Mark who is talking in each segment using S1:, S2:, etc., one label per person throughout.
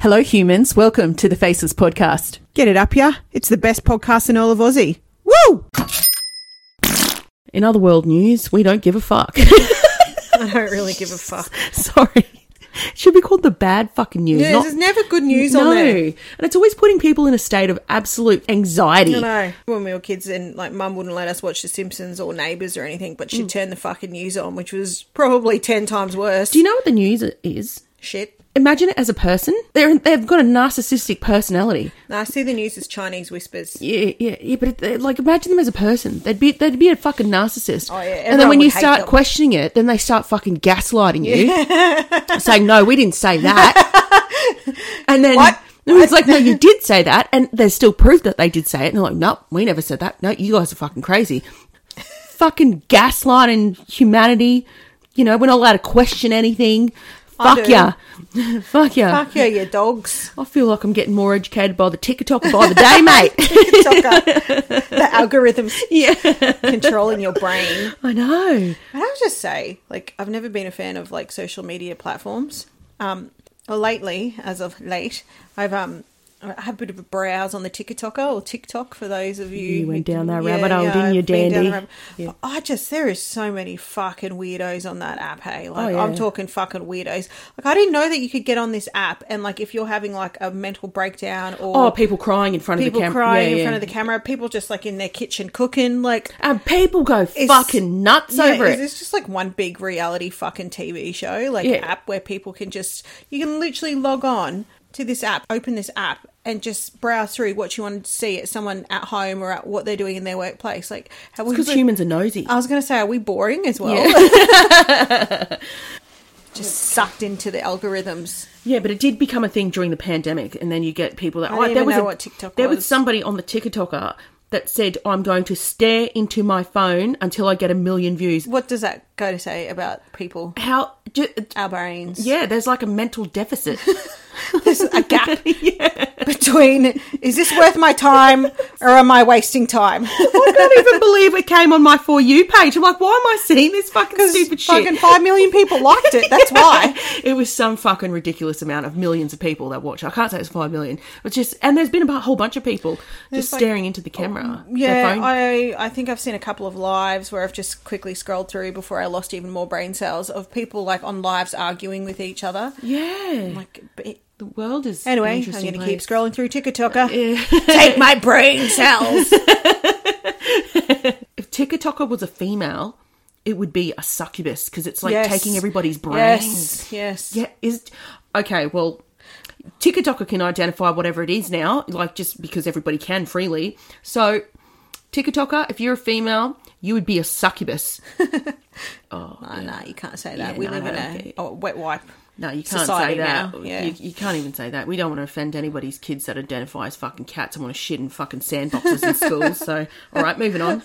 S1: Hello, humans. Welcome to the Faces podcast.
S2: Get it up, yeah? It's the best podcast in all of Aussie. Woo!
S1: In other world news, we don't give a fuck.
S3: I don't really give a fuck.
S1: Sorry. It should be called the bad fucking news.
S3: Yeah,
S1: not-
S3: there's never good news
S1: no.
S3: on there.
S1: And it's always putting people in a state of absolute anxiety.
S3: I know. When we were kids, and like mum wouldn't let us watch The Simpsons or Neighbours or anything, but
S1: Mm.
S3: she'd turn the fucking news on, which was probably 10 times worse.
S1: Do you know what the news is?
S3: Shit.
S1: Imagine it as a person. They're, they've got a narcissistic personality.
S3: No, I see the news as Chinese whispers.
S1: Yeah, yeah, yeah. But it, they- like, imagine them as a person. They'd be, they'd be a fucking narcissist.
S3: Oh,
S1: and
S3: yeah,
S1: then
S3: everyone
S1: when you
S3: would hate
S1: start
S3: them.
S1: questioning it, then they start fucking gaslighting you, saying, "No, we didn't say that." and then
S3: What?
S1: and it's like, "No, you did say that," and there's still proof that they did say it. And they're like, "No, we never said that. No, you guys are fucking crazy." fucking gaslighting humanity. You know, we're not allowed to question anything. Fuck
S3: do.
S1: ya. Fuck ya.
S3: Fuck yeah, you dogs.
S1: I feel like I'm getting more educated by the TikTok by the day, mate.
S3: Sucker. the algorithms
S1: yeah.
S3: controlling your brain.
S1: I know.
S3: And I'll just say, like, I've never been a fan of like social media platforms. Um, or lately, as of late, I've um, I had a bit of a browse on the TikToker or TikTok for those of you.
S1: You went
S3: who-
S1: down that rabbit hole, didn't you,
S3: I've been down
S1: dandy?
S3: the rabbit- But I just there is so many fucking weirdos on that app. Hey, like
S1: Oh, yeah.
S3: I'm talking fucking weirdos. Like I didn't know that you could get on this app and like if you're having like a mental breakdown or
S1: Oh, people crying in front
S3: people
S1: of the camera.
S3: crying in front of the camera, people just like in their kitchen cooking, like
S1: And people go fucking nuts
S3: yeah,
S1: over
S3: is
S1: it.
S3: this just like one big reality fucking TV show, like
S1: Yeah.
S3: app where people can just you can literally log on to this app, open this app, and just browse through what you want to see at someone at home or at what they're doing in their workplace. Like, how we
S1: Because humans are nosy.
S3: I was going to say, are we boring as well? just sucked into the algorithms.
S1: yeah, but it did become a thing during the pandemic, and then you get people that
S3: I don't
S1: oh, there
S3: even
S1: was
S3: know
S1: a-
S3: what TikTok
S1: There was
S3: was.
S1: somebody on the TikToker that said, "I'm going to stare into my phone until I get a million views."
S3: What does that go to say about people?
S1: How? Do,
S3: Our brains.
S1: yeah, there's like a mental deficit.
S3: There's a gap between is this worth my time or am I wasting time?
S1: I can't even believe it came on my for you page. I'm like, why am I seeing this fucking stupid shit?
S3: fucking five million people liked it. That's why.
S1: it was some fucking ridiculous amount of millions of people that watch. I can't say it's five million, but just and there's been a bu- whole bunch of people just
S3: like- oh,
S1: staring into the camera. their
S3: Yeah,
S1: phone.
S3: I I think I've seen a couple of lives where I've just quickly scrolled through before I lost even more brain cells of people like on lives arguing with each other.
S1: yeah.
S3: Like, but-
S1: the world is an
S3: anyway, I'm
S1: interesting
S3: going to keep
S1: place.
S3: scrolling through TikToker. Take my brain cells.
S1: If TikToker was a female, it would be a succubus because it's like
S3: Yes.
S1: taking everybody's brains.
S3: yes, yes.
S1: Yeah, is okay. Well, TikToker can identify whatever it is now, like just because everybody can freely. So, TikToker, if you're a female, you would be a succubus.
S3: Oh, no, you can't say that.
S1: Yeah,
S3: we
S1: no,
S3: live
S1: I
S3: in
S1: don't get
S3: a
S1: it.
S3: oh, wet wipe.
S1: No, you can't
S3: Society
S1: say that.
S3: now, yeah.
S1: You, you can't even say that. We don't want to offend anybody's kids that identify as fucking cats and want to shit in fucking sandboxes in schools. So, all right, moving on.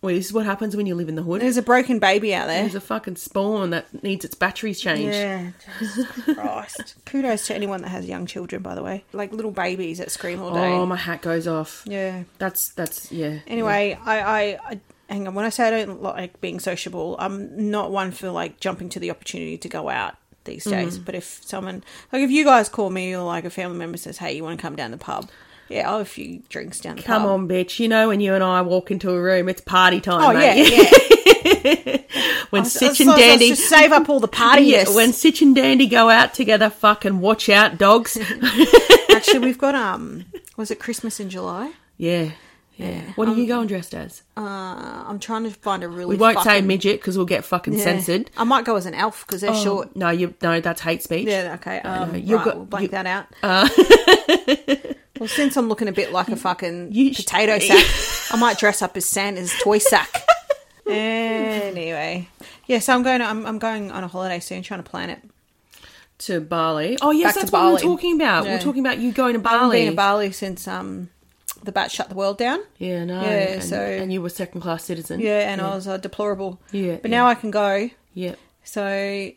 S1: Well, this is what happens when you live in the hood.
S3: There's a broken baby out there.
S1: There's a fucking spawn that needs its batteries changed.
S3: Yeah, Jesus Christ. Kudos to anyone that has young children, by the way. Like little babies that scream all day.
S1: Oh, my hat goes off.
S3: yeah.
S1: That's that's yeah.
S3: Anyway, I, I, I hang on. When I say I don't like being sociable, I'm not one for like jumping to the opportunity to go out these
S1: Mm.
S3: days. But if someone like if you guys call me or like a family member says, "Hey, you want to come down the pub?" Yeah, I'll have a few drinks down the
S1: Come
S3: pub.
S1: on, bitch. You know when you and I walk into a room, it's party time,
S3: Oh yeah,
S1: mate.
S3: yeah.
S1: When Sitch and
S3: So- so- so
S1: Dandy
S3: just save up all the party.
S1: Yeah, when Sitch and Dandy go out together, fucking watch out, dogs.
S3: actually we've got um, was it Christmas in July?
S1: yeah. Yeah. What are you going dressed as?
S3: Uh, I'm trying to find a really.
S1: We won't say
S3: fucking-
S1: midget because we'll get fucking
S3: Yeah.
S1: censored. Oh.
S3: I might go as an elf because they're short.
S1: No, you no, that's hate speech.
S3: Yeah, okay. Um,
S1: no, you
S3: right,
S1: got-
S3: we'll blank
S1: Uh, you- uh,
S3: that out. well, since I'm looking a bit like a fucking
S1: you sh-
S3: potato sack, I might dress up as Santa's toy sack. anyway, yeah. So I'm going. I'm, I'm going on a holiday soon. Trying to plan it.
S1: To Bali. Oh yes,
S3: Back to
S1: that's what we were
S3: Bali.
S1: talking about. We
S3: Yeah.
S1: We're talking about you going to
S3: I've
S1: Bali.
S3: been to Bali since um the bat shut the world down.
S1: yeah, no.
S3: Yeah,
S1: and,
S3: so-
S1: and you were second class citizen.
S3: Yeah, and I was uh, deplorable.
S1: Yeah,
S3: but
S1: yeah.
S3: now I can go.
S1: Yeah.
S3: So,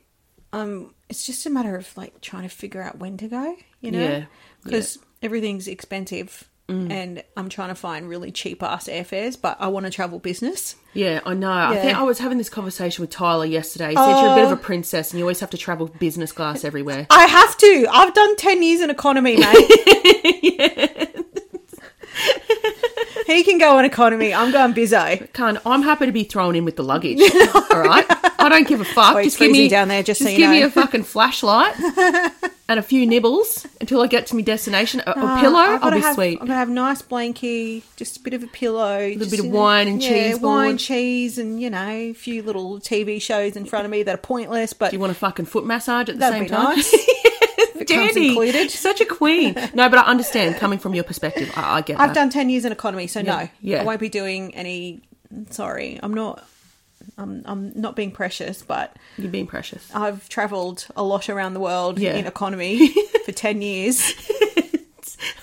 S3: um, it's just a matter of like trying to figure out when to go, you know,
S1: Yeah,
S3: because everything's expensive. and I'm trying to find really cheap ass airfares, but I want to travel business.
S1: Yeah, I know. I
S3: Yeah. Oh.
S1: think I was having this conversation with Tyler yesterday. He said you're a bit of a princess and you always have to travel business class everywhere.
S3: I have to. I've done 10 years in economy, mate. he can go on economy. I'm going bizzo.
S1: Can't. I'm happy to be thrown in with the luggage. all right, I don't give a fuck.
S3: it's
S1: just give me
S3: freezing down there, just so you
S1: give me
S3: know.
S1: a fucking flashlight and a few nibbles until I get to my destination. A, a pillow,
S3: Uh, I've
S1: I'll
S3: gotta
S1: be
S3: have,
S1: sweet.
S3: I'm gonna have nice blankie, just a bit of a pillow, a
S1: bit of wine and cheese
S3: wine,
S1: board.
S3: cheese, and you know, a few little TV shows in front of me that are pointless, but
S1: Do you want a fucking foot massage at the
S3: that'd
S1: same
S3: be
S1: time?
S3: nice. If it comes
S1: Dandy,
S3: included.
S1: such a queen. No, but I understand coming from your perspective. I, I get
S3: I've
S1: that.
S3: done ten years in economy, so no,
S1: yeah.
S3: I won't be doing any. Sorry, I'm not. I'm I'm not being precious, but
S1: You're being precious.
S3: I've travelled a lot around the world
S1: Yeah.
S3: in economy for ten years,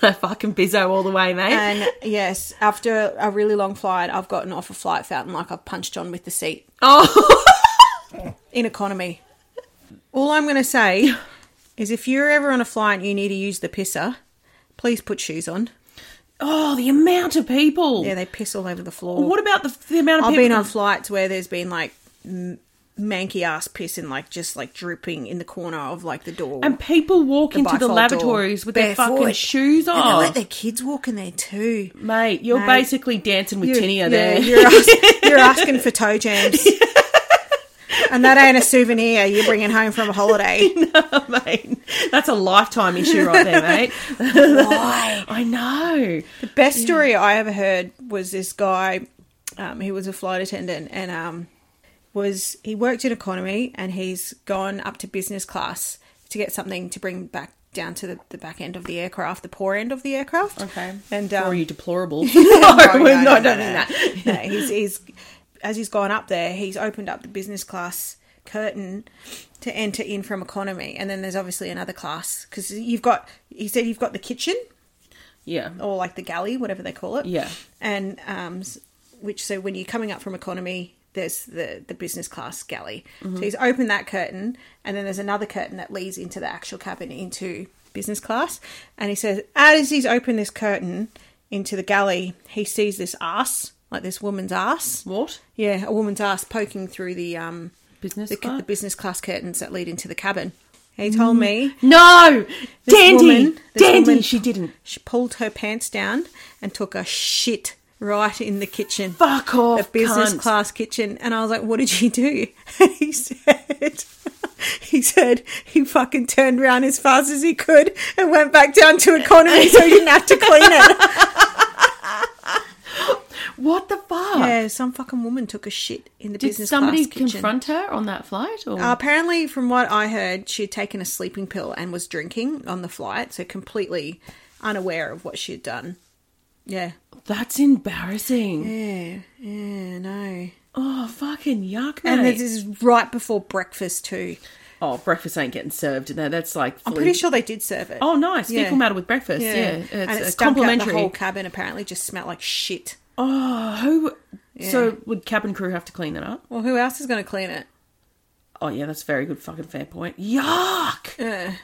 S1: fucking bizzo all the way, mate.
S3: and yes, after a really long flight, I've gotten off a flight fountain like I've punched on with the seat.
S1: oh,
S3: in economy. All I'm going to say is if you're ever on a flight and you need to use the pisser, please put shoes on.
S1: oh, the amount of people.
S3: Yeah, they piss all over the floor.
S1: What about the, the amount of
S3: I've
S1: people?
S3: been on flights where there's been like m- manky ass piss and like just like drooping in the corner of like the door.
S1: and people walk
S3: The
S1: into the
S3: bifold door.
S1: lavatories with their
S3: Barefoot.
S1: fucking shoes
S3: And they
S1: on.
S3: let their kids walk in there too.
S1: Mate, you're
S3: Mate.
S1: basically dancing with Tinia
S3: yeah,
S1: there.
S3: You're, ask, you're asking for toe jams. and that ain't a souvenir you're bringing home from a holiday.
S1: mate. That's a lifetime issue right there, mate.
S3: Why?
S1: I know.
S3: Best story I ever heard was this guy. Um, he was a flight attendant and um, was he worked in economy and he's gone up to business class to get something to bring back down to the, the back end of the aircraft, the poor end of the aircraft.
S1: Okay.
S3: And um,
S1: or are you deplorable? no, no, no, I don't mean that.
S3: that. No, he's, he's as he's gone up there, he's opened up the business class curtain to enter in from economy, and then there's obviously another class because you've got. He said you've got the kitchen
S1: Yeah.
S3: or like the galley, whatever they call it.
S1: Yeah.
S3: And um, s- which so when you're coming up from economy, there's the the business class galley. So he's opened that curtain, and then there's another curtain that leads into the actual cabin into business class. And he says, as he's opened this curtain into the galley, he sees this ass, like this woman's ass.
S1: What?
S3: Yeah, a woman's ass poking through the um
S1: Business
S3: the, ca-
S1: class?
S3: the business class curtains that lead into the cabin. He told me
S1: No! Dandy!
S3: woman- this
S1: Dandy!
S3: woman-
S1: She didn't.
S3: she pulled her pants down and took a shit right in the kitchen.
S1: Fuck off,
S3: The business
S1: cunt.
S3: class kitchen. And I was like, what did she do? And he said, he said he fucking turned around as fast as he could and went back down to economy so he didn't have to clean it.
S1: What the fuck?
S3: yeah, some fucking woman took a shit in the
S1: Did
S3: business
S1: somebody
S3: class kitchen.
S1: confront her on that flight? Or?
S3: Uh, apparently, from what I heard, she had taken a sleeping pill and was drinking on the flight, so completely unaware of what she had done. Yeah.
S1: That's embarrassing.
S3: Yeah, yeah, no.
S1: Oh, fucking yuck, mate.
S3: And this is right before breakfast too.
S1: oh, breakfast ain't getting served. No, that's like.
S3: I'm
S1: fully-
S3: pretty sure they did serve it.
S1: Oh, nice.
S3: Yeah.
S1: Fecal matter with breakfast. Yeah. It's
S3: and it
S1: uh,
S3: stunk out the
S1: complimentary.
S3: whole cabin. Apparently, just smelled like shit.
S1: Oh, who? So would cabin crew have to clean that up?
S3: Well, who else is going to clean it?
S1: Oh yeah, that's a very good fucking fair point. Yuck!
S3: Yeah,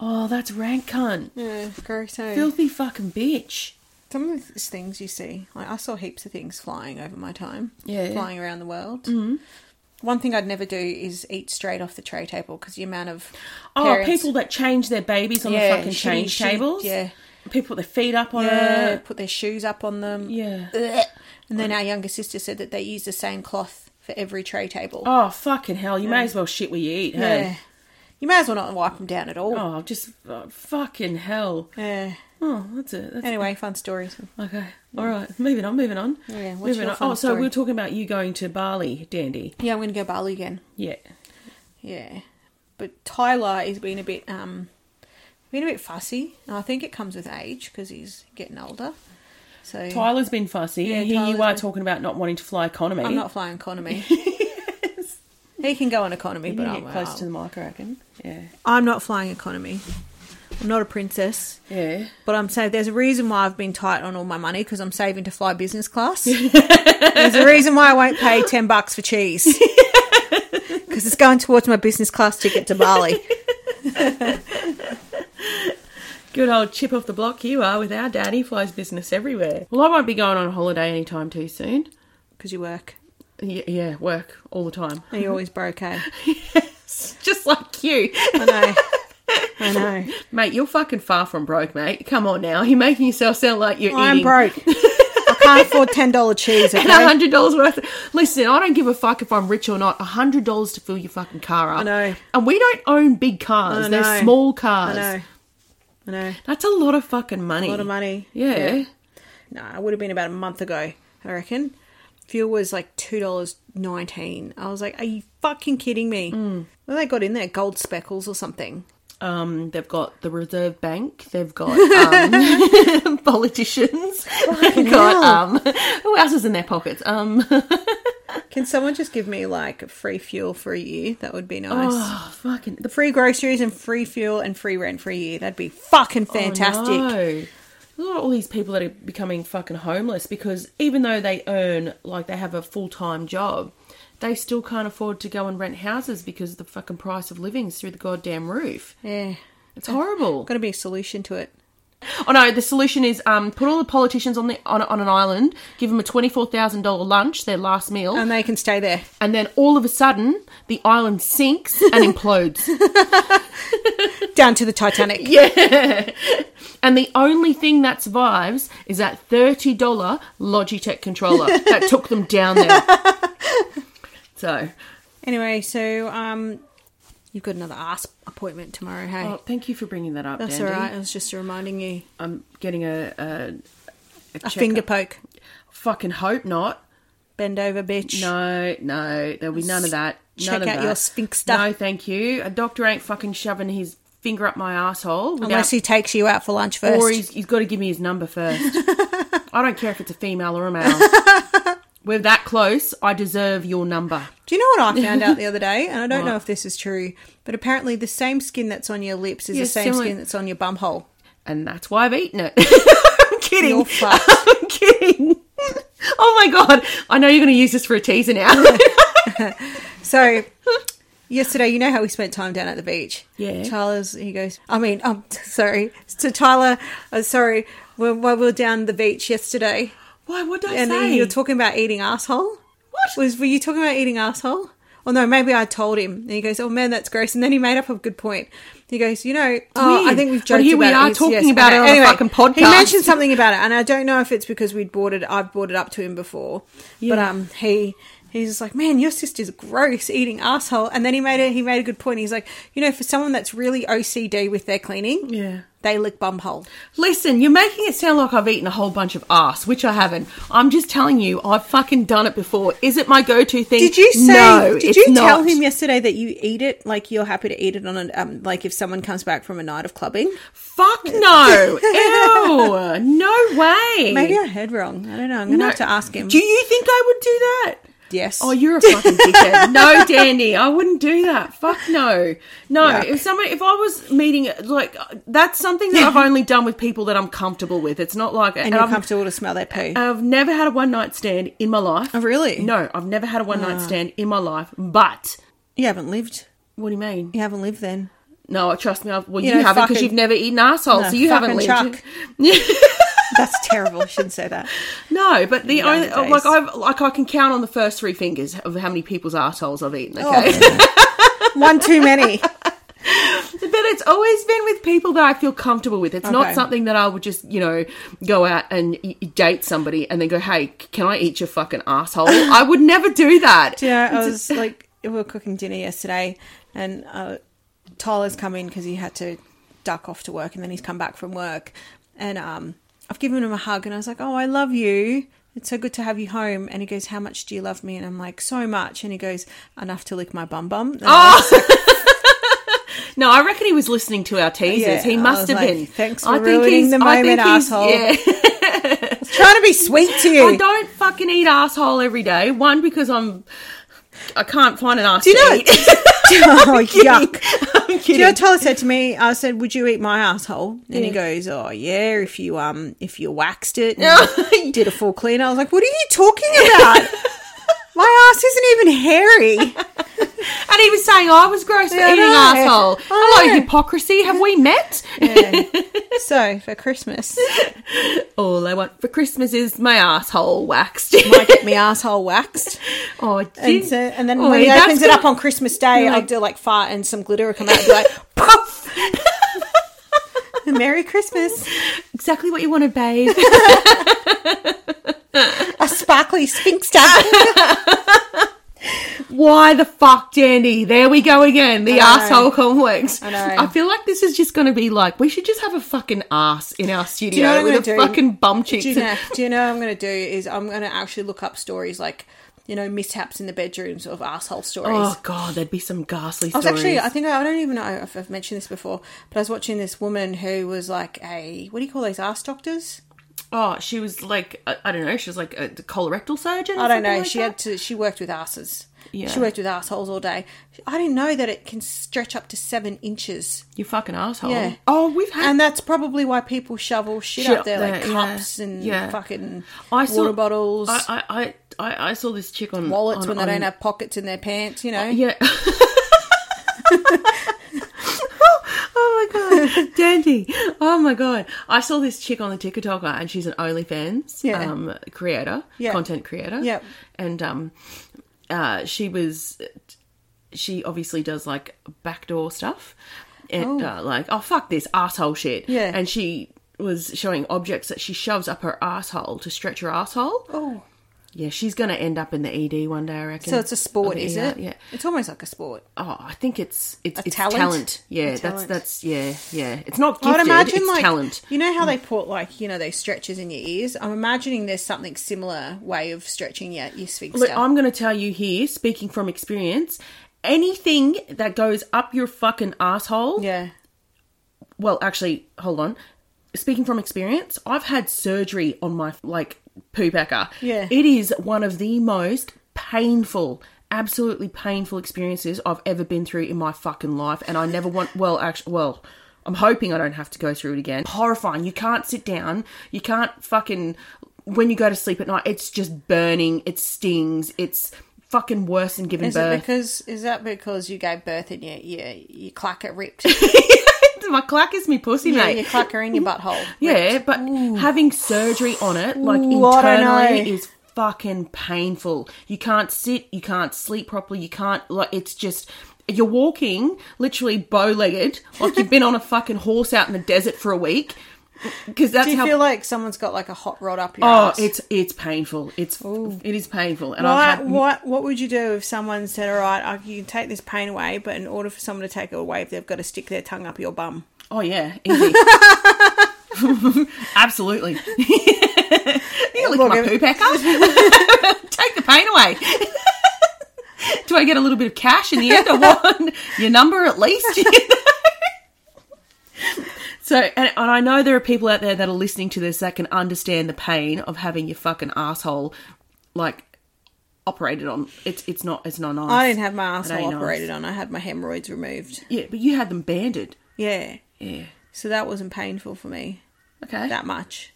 S1: Oh, that's rank cunt.
S3: yeah, gross. eh?
S1: Filthy fucking bitch.
S3: Some of these things you see, like I saw heaps of things flying over my time.
S1: Yeah, yeah.
S3: flying around the world. Mm-hmm. One thing I'd never do is eat straight off the tray table because the amount of
S1: Oh,
S3: parents-
S1: people that change their babies on
S3: Yeah,
S1: the fucking
S3: shitty
S1: change
S3: shit,
S1: tables.
S3: yeah.
S1: People with their feet up on
S3: yeah,
S1: it.
S3: put their shoes up on them.
S1: Yeah.
S3: Ugh. And then our younger sister said that they use the same cloth for every tray table.
S1: Oh fucking hell! You may as well shit where you eat.
S3: yeah.
S1: Hey.
S3: You may as well not wipe them down at all.
S1: Oh, just oh, fucking hell.
S3: Yeah.
S1: Oh, that's it. That's
S3: Anyway, fun stories.
S1: okay. All right, moving on. Moving on.
S3: Yeah, what's
S1: moving
S3: your
S1: on.
S3: fun
S1: oh, so
S3: story?
S1: we we're talking about you going to Bali, Dandy.
S3: Yeah, I'm going to go Bali again.
S1: Yeah.
S3: Yeah. But Tyler is being a bit um been a bit fussy, and I think it comes with age because he's getting older. So
S1: Tyler's been fussy,
S3: Yeah,
S1: and here you
S3: Tyler's
S1: are
S3: been-
S1: talking about not wanting to fly economy.
S3: I'm not flying economy. He can go on economy, but
S1: You
S3: I'm, uh,
S1: get close to the mic, I reckon. Yeah.
S3: I'm not flying economy. I'm not a princess.
S1: Yeah.
S3: But I'm saying there's a reason why I've been tight on all my money because I'm saving to fly business class. there's a reason why I won't pay 10 bucks for cheese because it's going towards my business class ticket to Bali.
S4: Good old chip off the block you are with our daddy flies business everywhere.
S1: Well, I won't be going on holiday anytime too soon.
S3: because you work
S1: Yeah, yeah work all the time.
S3: and you're always broke. eh?
S1: Just like you.
S3: I know. I know.
S1: Mate, you're fucking far from broke, mate. Come on now. You're making yourself sound like you're
S3: I'm
S1: eating
S3: broke. I can't afford ten dollar cheese.
S1: and
S3: Okay?
S1: hundred dollars worth. Listen, I don't give a fuck if I'm rich or not. hundred dollars to fill your fucking car up.
S3: I know.
S1: And we don't own big cars.
S3: I
S1: They're
S3: know.
S1: small
S3: I
S1: cars.
S3: know. I know.
S1: That's a lot of fucking money.
S3: A lot of money.
S1: Yeah.
S3: No, it would have been about a month ago, I reckon. Fuel was like two dollars nineteen. I was like, "Are you fucking kidding me?" Well, they got in there gold speckles or something.
S1: Um, they've got the Reserve Bank. They've got um, politicians. They've got um, who else is in their pockets? Um,
S3: Can someone just give me like free fuel for a year? That would be nice.
S1: oh, fucking the
S3: Free groceries and free fuel and free rent for a year. That'd be fucking fantastic.
S1: Oh, no. Look at all these people that are becoming fucking homeless because even though they earn like they have a full time job, they still can't afford to go and rent houses because the fucking price of living's through the goddamn roof.
S3: Yeah,
S1: It's horrible.
S3: got to be a solution to it.
S1: Oh no, the solution is um, put all the politicians on the on, on an island, give them a twenty four thousand dollar lunch, their last meal,
S3: And they can stay there.
S1: and then all of a sudden the island sinks and implodes.
S3: Down to the Titanic.
S1: And the only thing that survives is that $30 Logitech controller that took them down there. So,
S3: Anyway, so um, you've got another ass appointment tomorrow, hey?
S1: oh, thank you for bringing that up,
S3: That's
S1: Dandy.
S3: all right. I was just reminding you.
S1: I'm getting a, a,
S3: A
S1: checkup.
S3: finger poke.
S1: Fucking hope not.
S3: Bend over, bitch.
S1: No, no, there'll be none of that.
S3: Check
S1: none of
S3: out
S1: that.
S3: your sphincter.
S1: No, thank you. A doctor ain't fucking shoving his finger up my asshole. Without,
S3: Unless he takes you out for lunch first.
S1: or he's, he's got to give me his number first. I don't care if it's a female or a male. We're that close. I deserve your number.
S3: Do you know what I found out the other day? And I don't know if this is true, but apparently the same skin that's on your lips is
S1: Yeah,
S3: the same
S1: similar-
S3: skin that's on your bum hole.
S1: and that's why I've eaten it. I'm kidding.
S3: You're fucked.
S1: I'm kidding. Oh my god! I know you're going to use this for a teaser now.
S3: So yesterday, you know how we spent time down at the beach.
S1: Yeah.
S3: Tyler's. He goes. I mean, I'm sorry. So Tyler, uh, sorry. When, while we were down the beach yesterday,
S1: why? What did I
S3: and
S1: say?
S3: you were talking about eating asshole.
S1: What?
S3: was? Were you talking about eating asshole? Or no, maybe I told him. And he goes, "Oh man, that's gross." And then he made up a good point. He goes, "You know, oh, I
S1: weird.
S3: think we've
S1: But
S3: joked
S1: here we
S3: about it."
S1: are
S3: He's-
S1: talking about
S3: I
S1: it
S3: know.
S1: on a fucking
S3: He
S1: podcast.
S3: mentioned something about it, and I don't know if it's because we'd brought it. I've brought it up to him before, but um, he he's just like, "Man, your sister's gross eating asshole." And then he made it. He made a good point. He's like, "You know, for someone that's really OCD with their cleaning,
S1: Yeah.
S3: they lick bumhole."
S1: Listen, you're making it sound like I've eaten a whole bunch of ass, which I haven't. I'm just telling you, I've fucking done it before. Is it my go-to thing?
S3: Did you say?
S1: No,
S3: did
S1: it's
S3: you tell
S1: not.
S3: him yesterday that you eat it like you're happy to eat it on an um, like if someone comes back from a night of clubbing?
S1: Fuck no! Ew! No way.
S3: Maybe I heard wrong. I don't know. I'm gonna
S1: No.
S3: have to ask him.
S1: Do you think I would do that?
S3: yes.
S1: Oh, you're a fucking dickhead. No, Dandy, I wouldn't do that. Fuck no. No, if somebody, if I was meeting, like, that's something that I've only done with people that I'm comfortable with. It's not like,
S3: and you're
S1: I've,
S3: comfortable to smell that poo.
S1: I've never had a one night stand in my life.
S3: Oh, really? Ah.
S1: No, I've never had a one night stand in my life. But
S3: you haven't lived.
S1: what do you mean?
S3: You haven't lived then.
S1: No, trust me. I've, well, you,
S3: You know,
S1: haven't because
S3: fucking-
S1: you've never eaten asshole,
S3: No,
S1: so you haven't lived.
S3: fucking That's terrible. I shouldn't say that.
S1: No, but the only
S3: Nowadays.
S1: like I've like I can count on the first three fingers of how many people's assholes I've eaten. Okay.
S3: Oh, One too many.
S1: But it's always been with people that I feel comfortable with. It's not
S3: Okay.
S1: something that I would just, you know, go out and y- y- date somebody and then go, "Hey, c- can I eat your fucking asshole?" I would never do that.
S3: Yeah, I was like, we were cooking dinner yesterday, and uh, Tyler's come in because he had to duck off to work, and then he's come back from work, and um, I've given him a hug, and I was like, "Oh, I love you. It's so good to have you home." And he goes, "How much do you love me?" And I'm like, "So much." And he goes, "Enough to lick my bum bum." And I was like,
S1: No, I reckon he was listening to our teasers.
S3: Yeah,
S1: he
S3: I
S1: must
S3: was
S1: have
S3: like,
S1: been.
S3: "Thanks
S1: I
S3: for
S1: think
S3: ruining
S1: he's-
S3: the
S1: I think
S3: moment,
S1: he's-
S3: asshole."
S1: yeah.
S3: Trying to be sweet to
S1: I
S3: you.
S1: don't fucking eat asshole every day. One because I'm I can't find an ass
S3: Do you
S1: to
S3: know?
S1: eat.
S3: oh, yuck.
S1: I'm
S3: Do you know
S1: kidding.
S3: what Tyler said to me? I said, "Would you eat my asshole?" And he goes, "Oh yeah, if you um if you waxed it, and did a full clean." I was like, "What are you talking about? my ass isn't even hairy."
S1: And he was saying I was gross for
S3: Yeah, I
S1: eating
S3: know.
S1: asshole.
S3: I
S1: Hello,
S3: know.
S1: hypocrisy. Have we met?
S3: so for Christmas.
S1: All I want for Christmas is my asshole waxed.
S3: I get my asshole waxed,
S1: oh,
S3: and,
S1: gee.
S3: so, and then
S1: Oh,
S3: when he
S1: that's
S3: opens it
S1: gonna-
S3: up on Christmas Day,
S1: You're
S3: I'll
S1: like-
S3: do like fart and some glitter will come out and be like, poof. Merry Christmas,
S1: exactly what you want to babe.
S3: a sparkly sphinxter.
S1: Why the fuck, Dandy? There we go again. The
S3: I know.
S1: asshole complex.
S3: I know.
S1: I feel like this is just going to be like we should just have a fucking ass in our studio
S3: you know what I'm
S1: with a
S3: gonna do?
S1: fucking bum cheeks.
S3: do you know? Do you know what I'm going to do? Is I'm going to actually look up stories like you know mishaps in the bedrooms of asshole stories.
S1: oh god, there'd be some ghastly
S3: I
S1: stories.
S3: was actually, I think I don't even know if I've mentioned this before, but I was watching this woman who was like a what do you call these ass doctors?
S1: oh, she was like I, I don't know. She was like a colorectal surgeon. or
S3: I don't
S1: Oh, something
S3: know.
S1: like
S3: she
S1: that?
S3: had to. She worked with asses.
S1: Yeah.
S3: She worked with assholes all day. I didn't know that it can stretch up to seven inches.
S1: you fucking asshole.
S3: Yeah.
S1: Oh, we've had.
S3: And that's probably why people shovel shit,
S1: Shit
S3: up there,
S1: up
S3: like
S1: there, yeah.
S3: cups and
S1: Yeah.
S3: fucking
S1: I saw-
S3: water bottles,
S1: I, I, I- I, I saw this chick on
S3: wallets
S1: on-
S3: when they
S1: on- Uh,
S3: don't have pockets in their pants. You know.
S1: Yeah. oh my god, Dandy! Oh my god, I saw this chick on the TikToker, and she's an OnlyFans
S3: Yeah.
S1: um, creator,
S3: Yeah.
S1: content creator.
S3: Yep.
S1: and um, uh, she was, she obviously does like backdoor stuff, and uh, like, oh fuck this asshole shit.
S3: Yeah.
S1: and she was showing objects that she shoves up her asshole to stretch her asshole.
S3: Oh.
S1: Yeah, she's gonna end up in the ED one day, I reckon.
S3: So it's a sport,
S1: Of
S3: is
S1: ER,
S3: it?
S1: Yeah
S3: It's almost like a sport.
S1: oh, I think it's it's,
S3: A
S1: it's
S3: talent?
S1: talent. Yeah,
S3: A talent.
S1: that's that's yeah, yeah. It's not
S3: I'd
S1: gifted.
S3: imagine
S1: it's
S3: like
S1: talent.
S3: you know how they put like you know those stretches in your ears. I'm imagining there's something similar way of stretching your your sphincter.
S1: Look, I'm going to tell you here, speaking from experience, anything that goes up your fucking asshole.
S3: yeah,
S1: Well, actually, hold on. Speaking from experience, I've had surgery on my like poo pecker.
S3: Yeah.
S1: it is one of the most painful. Absolutely painful experiences I've ever been through in my fucking life, and I never want. Well, actually, well, I'm hoping I don't have to go through it again. Horrifying. You can't sit down. You can't fucking. When you go to sleep at night, it's just burning. It stings. It's fucking worse than giving
S3: is
S1: birth.
S3: it because is that because you gave birth and your your your clacker ripped?
S1: my clack is me pussy,
S3: yeah,
S1: mate.
S3: your clacker in your butthole.
S1: Yeah, but having surgery on it, like
S3: Ooh, I don't
S1: internally,
S3: know.
S1: is fucking painful. You can't sit, you can't sleep properly, you can't, like, it's just. You're walking literally bow legged, like you've been on a fucking horse out in the desert for a week. Because that's
S3: Do you
S1: how.
S3: feel like someone's got like a hot rod up your
S1: oh,
S3: ass?
S1: it's it's painful. It's it is painful, and I've
S3: What,
S1: had
S3: what what would you do if someone said, "All right, I, you can take this pain away, but in order for someone to take it away, they've got to stick their tongue up your bum."
S1: Oh yeah, easy. Absolutely. you lick my
S3: if-
S1: poo pecker. Take the pain away. Do I get a little bit of cash in the end? I want your number at least. so, and, and I know there are people out there that are listening to this that can understand the pain of having your fucking asshole like operated on. It's it's not it's not nice.
S3: I didn't have my
S1: It ain't
S3: asshole
S1: nice.
S3: operated on. I had my hemorrhoids removed.
S1: Yeah, but you had them banded.
S3: Yeah,
S1: Yeah.
S3: so that wasn't painful for me
S1: Okay.
S3: that much.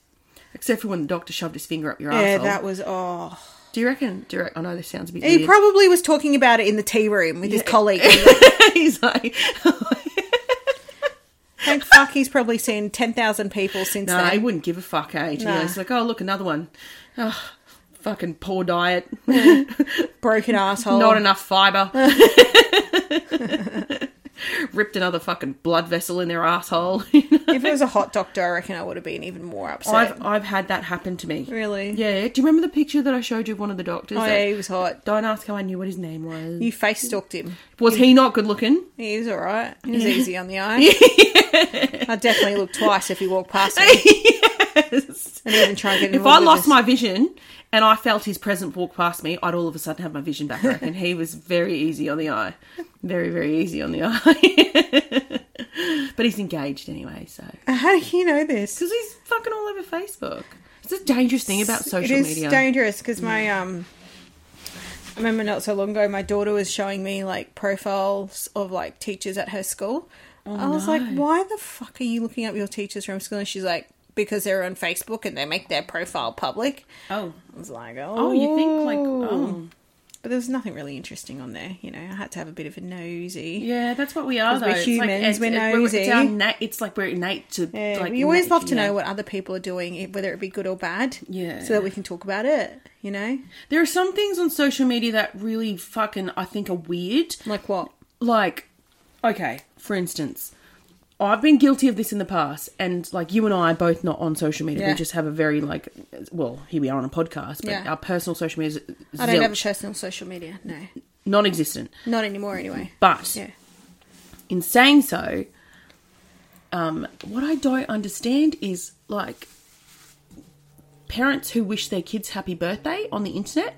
S1: Except for when the doctor shoved his finger up your
S3: Yeah,
S1: asshole.
S3: that was oh.
S1: Do you reckon? Do you reckon? I know this sounds a bit.
S3: He
S1: weird.
S3: probably was talking about it in the tea room with his colleague.
S1: he's
S3: eh?
S1: like,
S3: Thank fuck, he's probably seen ten thousand people since
S1: no, he
S3: then.
S1: wouldn't give a fuck, eh? To be
S3: Nah.
S1: honest, like, oh look, another one. Ugh, fucking poor diet,
S3: Broken asshole.
S1: not enough fiber. Ripped another fucking blood vessel in their asshole.
S3: if it was a hot doctor, I reckon I would have been even more upset.
S1: I've I've had that happen to me.
S3: Really?
S1: Yeah. Do you remember the picture that I showed you of one of the doctors?
S3: oh
S1: that-
S3: yeah, he was hot.
S1: Don't ask how I knew what his name was.
S3: You face stalked him.
S1: was he not good looking?
S3: He was all right. He was easy on the eye. I definitely looked twice if he walked past me. And even try and get
S1: If I
S3: involved with
S1: lost
S3: this.
S1: my vision and I felt his presence walk past me, I'd all of a sudden have my vision back. I reckon he was very easy on the eye, very very easy on the eye. but he's engaged anyway, so
S3: How do you know this?
S1: because he's fucking all over Facebook. It's a dangerous thing about social
S3: it is
S1: media.
S3: dangerous because my um I remember not so long ago my daughter was showing me like profiles of like teachers at her school
S1: Oh,
S3: i was like why the fuck are you looking up your teachers from school and she's like because they're on facebook and they make their profile public
S1: oh,
S3: i was like oh,
S1: oh, you think like oh,
S3: But there was nothing really interesting on there. You know, I had to have a bit of a nosy.
S1: Yeah, that's what we are
S3: 'Cause
S1: though.
S3: we're
S1: It's
S3: humans,
S1: it's-
S3: we're
S1: it- It's,
S3: nosy.
S1: our na- it's like we're innate to
S3: Yeah,
S1: like.
S3: we always
S1: innate,
S3: love to
S1: you
S3: know what other people are doing, i- whether it be good or bad.
S1: Yeah.
S3: So that we can talk about it. You know,
S1: There are some things on social media that really fucking I think are weird.
S3: like what?
S1: Like, okay, for instance, I've been guilty of this in the past, and like you and I are both not on social media.
S3: Yeah.
S1: We just have a very like, well, here we are on a podcast, but
S3: Yeah.
S1: our personal social media is
S3: I don't have a
S1: zilch,
S3: personal social media. No,
S1: non-existent.
S3: not anymore. Anyway.
S1: But
S3: yeah.
S1: in saying so, um, what I don't understand is like parents who wish their kids happy birthday on the internet,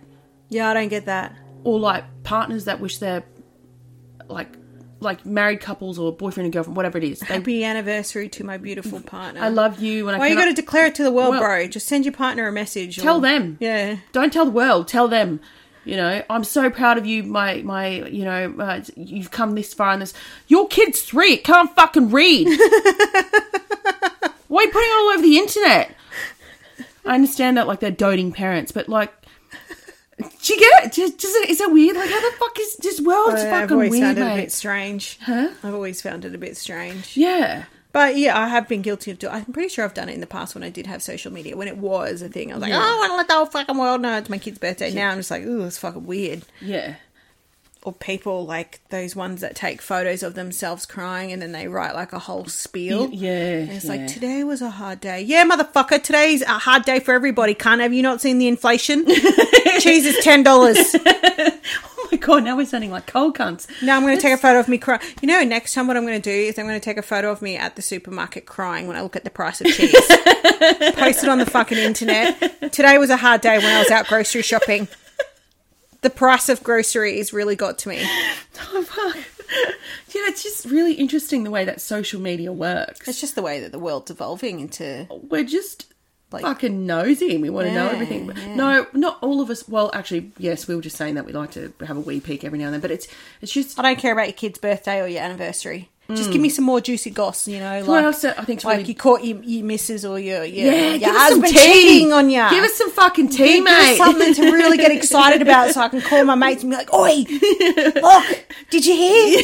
S3: Yeah, I don't get that.
S1: or like partners that wish their like like married couples or boyfriend and girlfriend, whatever it is. They,
S3: Happy anniversary to my beautiful partner.
S1: I love you, and I
S3: Why you got to
S1: cannot-
S3: declare it to the world,
S1: Well-
S3: bro? Just send your partner a message. or-
S1: Tell them.
S3: Yeah.
S1: Don't tell the world. Tell them. You know, I'm so proud of you. My, my, you know, uh, you've come this far in this. Your kid's three. It can't fucking read. Why are you putting it all over the internet? I understand that, like, they're doting parents, but like, do you get it? Just, does it? Is it weird? Like, how the fuck is this world's
S3: Uh, I've
S1: fucking
S3: always
S1: weird,
S3: found it a
S1: mate?
S3: bit strange. Huh? I've always found it a bit strange.
S1: Yeah.
S3: But yeah, I have been guilty of doing. I'm pretty sure I've done it in the past when I did have social media when it was a thing. I was like,
S1: Yeah.
S3: oh, I want to let the whole fucking world know it's my kid's birthday. Now I'm just like, ooh, it's fucking weird.
S1: Yeah.
S3: Or people like those ones that take photos of themselves crying and then they write like a whole spiel.
S1: Yeah,
S3: And it's
S1: yeah.
S3: like today was a hard day. Yeah, motherfucker, today's a hard day for everybody. Can't have you not seen the inflation? Cheese is ten dollars.
S1: Oh my god! Now we're sounding like cold cunts.
S3: Now I'm going to take a photo of me crying. You know, next time what I'm going to do is I'm going to take a photo of me at the supermarket crying when I look at the price of cheese. Post it on the fucking internet. Today was a hard day when I was out grocery shopping. The price of groceries really got to me.
S1: Oh, fuck. Yeah, it's just really interesting the way that social media works.
S3: It's just the way that the world's evolving into.
S1: we're just
S3: Like-
S1: fucking nosy and we want to know
S3: Yeah,
S1: everything. But No, not all of us. Well, actually, yes, we were just saying that we like to have a wee peek every now and then, but it's it's just
S3: I don't care about your kid's birthday or your anniversary. Just give me some more juicy goss, you know. Like,
S1: what else that I think's
S3: like
S1: really-
S3: you caught your, your missus or your your,
S1: yeah.
S3: your
S1: give us some
S3: husband
S1: tea.
S3: cheating on you.
S1: Give us some fucking tea,
S3: Give
S1: mate.
S3: me something to really get excited about so I can call my mates and be like, Oi, look, did you hear?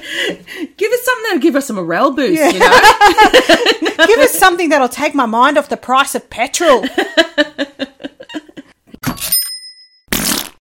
S1: give us something that'll give us some morale boost. You know,
S3: Give us something that'll take my mind off the price of petrol.